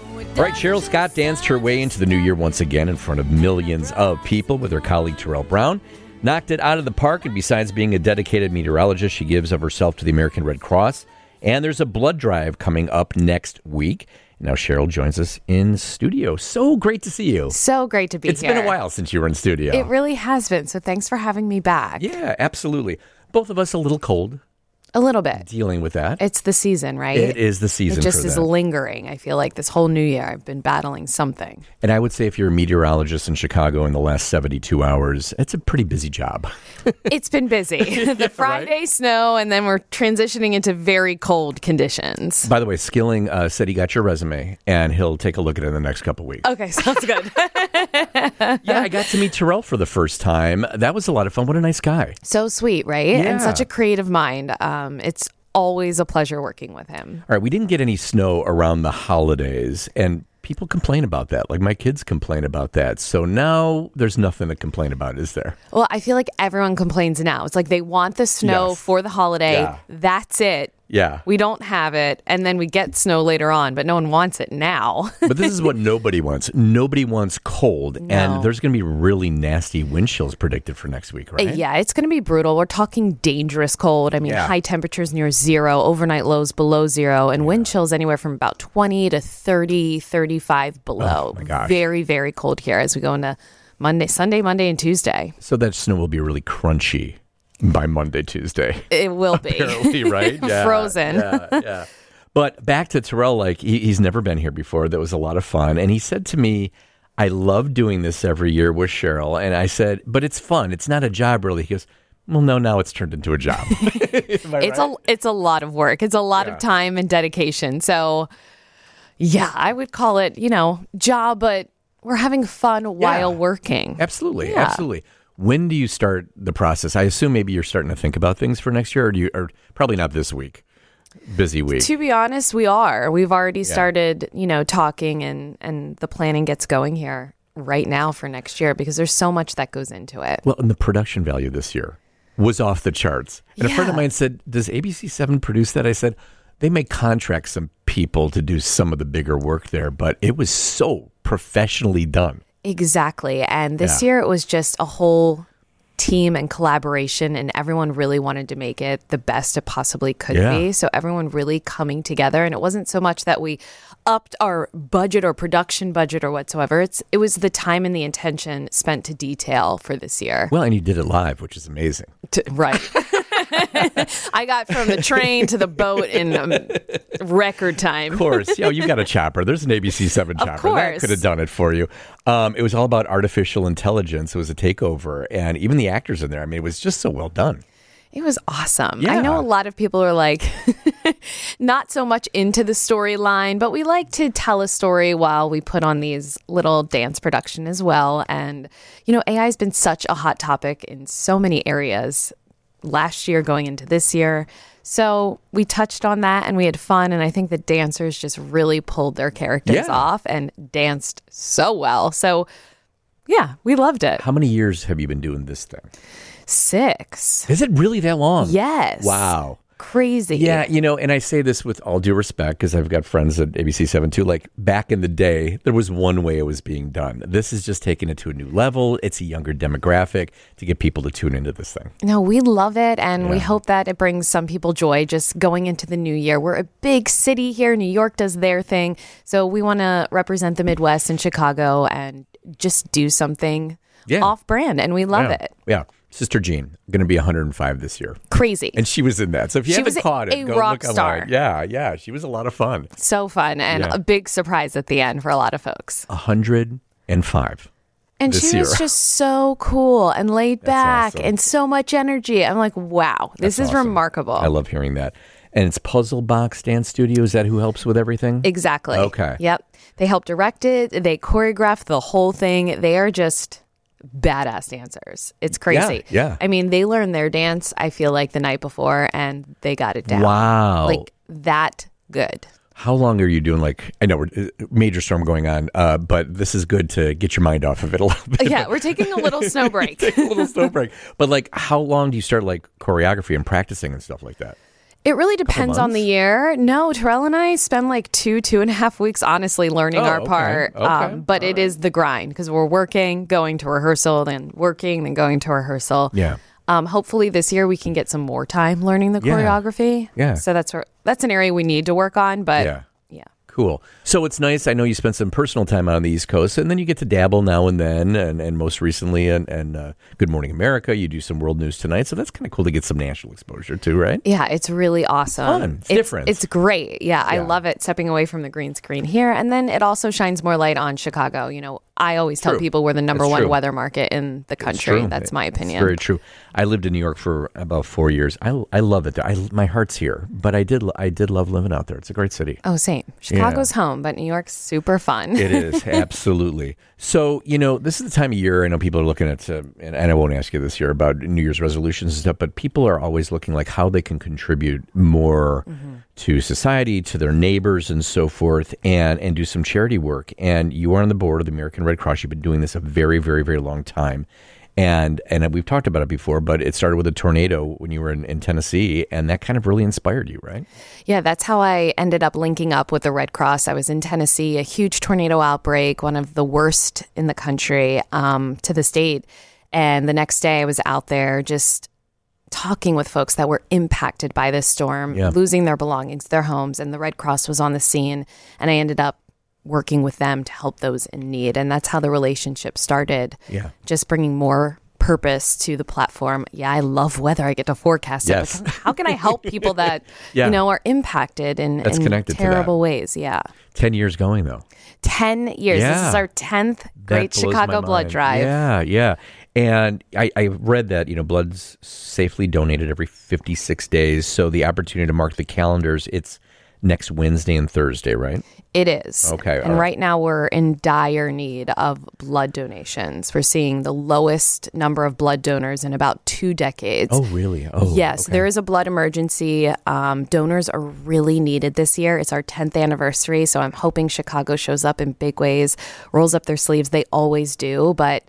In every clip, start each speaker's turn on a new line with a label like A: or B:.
A: All right, Cheryl Scott danced her way into the new year once again in front of millions of people with her colleague Terrell Brown. Knocked it out of the park, and besides being a dedicated meteorologist, she gives of herself to the American Red Cross. And there's a blood drive coming up next week. Now Cheryl joins us in studio. So great to see you.
B: So great to be
A: It's
B: here.
A: been a while since you were in studio.
B: It really has been. So thanks for having me back.
A: yeah, absolutely. Both of us a little cold
B: A little bit.
A: dealing with that.
B: It's the season, right?
A: It is the season
B: It just
A: for
B: is
A: that.
B: lingering. I feel like this whole new year I've been battling something.
A: And I would say if you're a meteorologist in Chicago in the last 72 hours, it's a pretty busy job.
B: It's been busy. the Friday snow, and then we're transitioning into very cold conditions.
A: By the way, Skilling uh, said he got your resume and he'll take a look at it in the next couple weeks.
B: Okay, sounds good.
A: yeah, I got to meet Terrell for the first time. That was a lot of fun. What a nice guy.
B: so sweet, right?
A: Yeah.
B: And such a creative mind. Um, it's always a pleasure working with him.
A: All right, we didn't get any snow around the holidays and people complain about that. Like my kids complain about that. So now there's nothing to complain about, is there?
B: Well, I feel like everyone complains now. It's like they want the snow
A: Yes.
B: for the holiday.
A: Yeah.
B: That's it.
A: Yeah.
B: We don't have it, and then we get snow later on, but no one wants it now.
A: but this is what nobody wants. Nobody wants cold.
B: No.
A: And there's going to be really nasty wind chills predicted for next week, right?
B: yeah, it's going to be brutal. We're talking dangerous cold. I mean,
A: Yeah.
B: high temperatures near zero, overnight lows below zero, and wind chills anywhere from about 20 to 30, 35 below.
A: my gosh.
B: Very, very cold here as we go into Monday, Sunday, Monday, and Tuesday.
A: So that snow will be really crunchy by Monday, Tuesday.
B: It will be.
A: Apparently, right?
B: Frozen.
A: Yeah, yeah. But back to Terrell, like he, he's never been here before. That was a lot of fun. And he said to me, I love doing this every year with Cheryl. And I said, but it's fun. It's not a job, really. He goes, well, no, now it's turned into a job.
B: It's a it's a lot of work. It's a lot of time and dedication. So yeah, I would call it, you know, job, but we're having fun while working.
A: absolutely. Absolutely. When do you start the process? I assume maybe you're starting to think about things for next year, or do you, or probably not this week. Busy week.
B: To be honest, we are. We've already started, you know, talking and and the planning gets going here right now for next year because there's so much that goes into it.
A: Well, and the production value this year was off the charts. And a friend of
B: Yeah.
A: mine said, "Does ABC Seven produce that?" I said, "They may contract some people to do some of the bigger work there, but it was so professionally done."
B: Exactly. And this
A: Yeah.
B: year it was just a whole team and collaboration, and everyone really wanted to make it the best it possibly could
A: Yeah.
B: be. So everyone really coming together. And it wasn't so much that we upped our budget or production budget or whatsoever. It's it was the time and the intention spent to detail for this year.
A: Well, and you did it live, which is amazing.
B: T- right. I got from the train to the boat in um, record time.
A: Of course, yo, you got a chopper. There's an ABC Seven chopper that
B: course.
A: could have done it for you. Um, it was all about artificial intelligence. It was a takeover, and even the actors in there. I mean, it was just so well done.
B: It was awesome.
A: Yeah.
B: I know a lot of people are like not so much into the storyline, but we like to tell a story while we put on these little dance production as well. And you know, AI has been such a hot topic in so many areas last year going into this year. So we touched on that and we had fun and I think the dancers just really pulled their characters
A: Yeah.
B: off and danced so well. So yeah, we loved it.
A: How many years have you been doing this thing?
B: Six.
A: Is it really that long?
B: Yes.
A: Wow.
B: Crazy.
A: Yeah, you know, and I say this with all due respect because I've got friends at ABC Seven too. Like back in the day, there was one way it was being done. This is just taking it to a new level. It's a younger demographic to get people to tune into this thing.
B: No, we love it, and we hope that it brings some people joy just going into the new year. We're a big city here. New York does their thing. So we want to represent the Midwest and Chicago and just do something
A: Yeah.
B: off brand, and we love it.
A: Yeah, Sister Jean going to be 105 this year,
B: Crazy.
A: and she was in that. So if you
B: She
A: haven't
B: was a-
A: caught it,
B: a
A: go
B: rock
A: look
B: star.
A: online. Yeah, yeah, she was a lot of fun.
B: so fun, and
A: Yeah.
B: a big surprise at the end for a lot of folks.
A: 105.
B: And
A: This
B: she was
A: year.
B: just so cool and laid back
A: awesome.
B: and so much energy. I'm like, wow, this is remarkable.
A: I love hearing that. And it's Puzzle Box Dance Studio. Is that who helps with everything?
B: Exactly.
A: Okay.
B: Yep. They help direct it. They choreograph the whole thing. They are just badass dancers. It's crazy.
A: yeah.
B: I mean, they learned their dance, I feel like, the night before and they got it down.
A: Wow.
B: Like that good.
A: How long are you doing? Like, I know we're uh, major storm going on, uh, but this is good to get your mind off of it a little bit.
B: Yeah, we're taking a little snow break.
A: Take a little snow break. But like, how long do you start like choreography and practicing and stuff like that?
B: It really depends on
A: months?
B: the year. No, Terrell and I spend like two, two and a half weeks, honestly, learning
A: Oh,
B: our
A: okay.
B: part. um,
A: Okay.
B: but it is the grind because we're working, going to rehearsal, then working, then going to rehearsal.
A: Yeah.
B: Um, hopefully this year we can get some more time learning the
A: Yeah.
B: choreography.
A: Yeah.
B: So that's where, that's an area we need to work on. But
A: Yeah.
B: yeah.
A: Cool. So it's nice. I know you spent some personal time out on the East Coast, and then you get to dabble now and then, and, and most recently, and, and uh, Good Morning America. You do some world news tonight, so that's kind of cool to get some national exposure too, right?
B: Yeah, it's really awesome.
A: fun. It's different.
B: It's great. Yeah, I
A: Yeah.
B: love it. Stepping away from the green screen here, and then it also shines more light on Chicago. You know, I always tell
A: True.
B: people we're the number
A: It's
B: one
A: true.
B: weather market in the country. That's my
A: It's
B: opinion.
A: very true. I lived in New York for about four years. I, I love it. There. I my heart's here, but I did lo- I did love living out there. It's a great city.
B: oh, same. Chicago's home, but New York's super fun.
A: It is absolutely. So you know, this is the time of year. I know people are looking at, uh, and, and I won't ask you this year about New Year's resolutions and stuff, but people are always looking like how they can contribute more to society, to their neighbors, and so forth, and and do some charity work. And you are on the board of the American Red Cross. You've been doing this a very, very, very long time. And and we've talked about it before, but it started with a tornado when you were in, in Tennessee, and that kind of really inspired you, right?
B: Yeah, that's how I ended up linking up with the Red Cross. I was in Tennessee, a huge tornado outbreak, one of the worst in the country um, to the state. And the next day I was out there just talking with folks that were impacted by this storm,
A: Yeah.
B: losing their belongings, their homes. And the Red Cross was on the scene. And I ended up working with them to help those in need. And that's how the relationship started.
A: Yeah.
B: Just bringing more purpose to the platform. Yeah, I love weather. I get to forecast
A: Yes.
B: it. But how can I help people that
A: Yeah.
B: you know are impacted in,
A: That's
B: in
A: connected to that.
B: terrible ways. Yeah.
A: Ten years going though.
B: 10 years. This
A: Yeah.
B: is our 10th
A: That
B: Great
A: blows my
B: Chicago Blood
A: mind.
B: Drive.
A: Yeah, yeah. And I, I read that, you know, blood's safely donated every 56 days. So the opportunity to mark the calendars, it's next Wednesday and Thursday, right?
B: It is.
A: Okay, all
B: And
A: right.
B: right. now we're in dire need of blood donations. We're seeing the lowest number of blood donors in about two decades.
A: really? Oh,
B: Yes, there is a blood emergency. Um, donors are really needed this year. It's our 10th anniversary, so I'm hoping Chicago shows up in big ways, rolls up their sleeves. They always do, but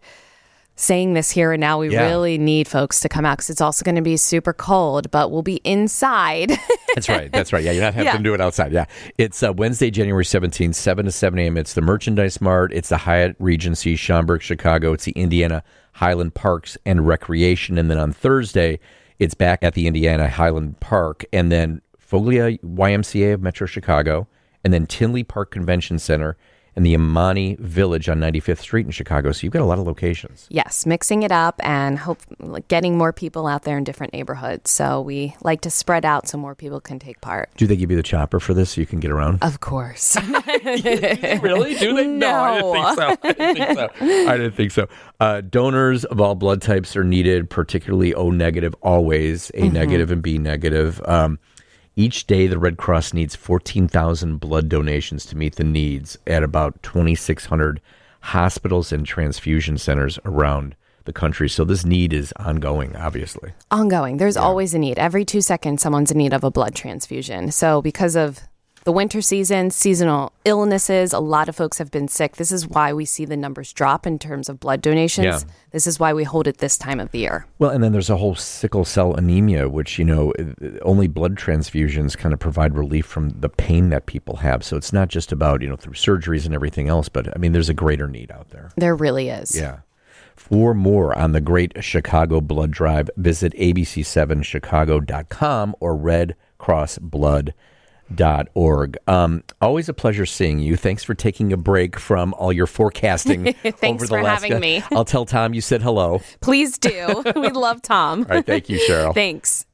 B: saying this here and now, we
A: Yeah.
B: really need folks to come out because it's also going to be super cold, but we'll be inside.
A: That's right. That's right. Yeah, you're not having
B: Yeah.
A: to do it outside. Yeah. It's uh, Wednesday, January 17th, 7 to 7 a.m. It's the Merchandise Mart. It's the Hyatt Regency, Schaumburg, Chicago. It's the Indiana Highland Parks and Recreation. And then on Thursday, it's back at the Indiana Highland Park. And then Foglia YMCA of Metro Chicago. And then Tinley Park Convention Center and the Imani Village on 95th Street in Chicago. So you've got a lot of locations.
B: yes, mixing it up and hope like, getting more people out there in different neighborhoods. So we like to spread out so more people can take part.
A: Do they give you the chopper for this so you can get around?
B: Of course.
A: really? Do they?
B: No.
A: I didn't think so. I didn't think so. I didn't think so. Uh, donors of all blood types are needed, particularly O negative, always A negative and B negative. Um, each day, the Red Cross needs 14,000 blood donations to meet the needs at about 2,600 hospitals and transfusion centers around the country. So this need is ongoing, obviously.
B: ongoing. There's always a need. Every two seconds, someone's in need of a blood transfusion. So, because of the winter season, seasonal illnesses, a lot of folks have been sick. This is why we see the numbers drop in terms of blood donations.
A: Yeah.
B: This is why we hold it this time of the year.
A: Well, and then there's a whole sickle cell anemia, which, you know, only blood transfusions kind of provide relief from the pain that people have. So it's not just about, you know, through surgeries and everything else, but I mean, there's a greater need out there.
B: There really is.
A: Yeah. For more on the Great Chicago Blood Drive, visit abc7chicago.com or redcrossblood.org. Um, always a pleasure seeing you. Thanks for taking a break from all your forecasting
B: Thanks
A: over the
B: for
A: last.
B: having me.
A: I'll tell Tom you said hello. All
B: Please do. we love Tom.
A: right, thank you, Cheryl.
B: Thanks.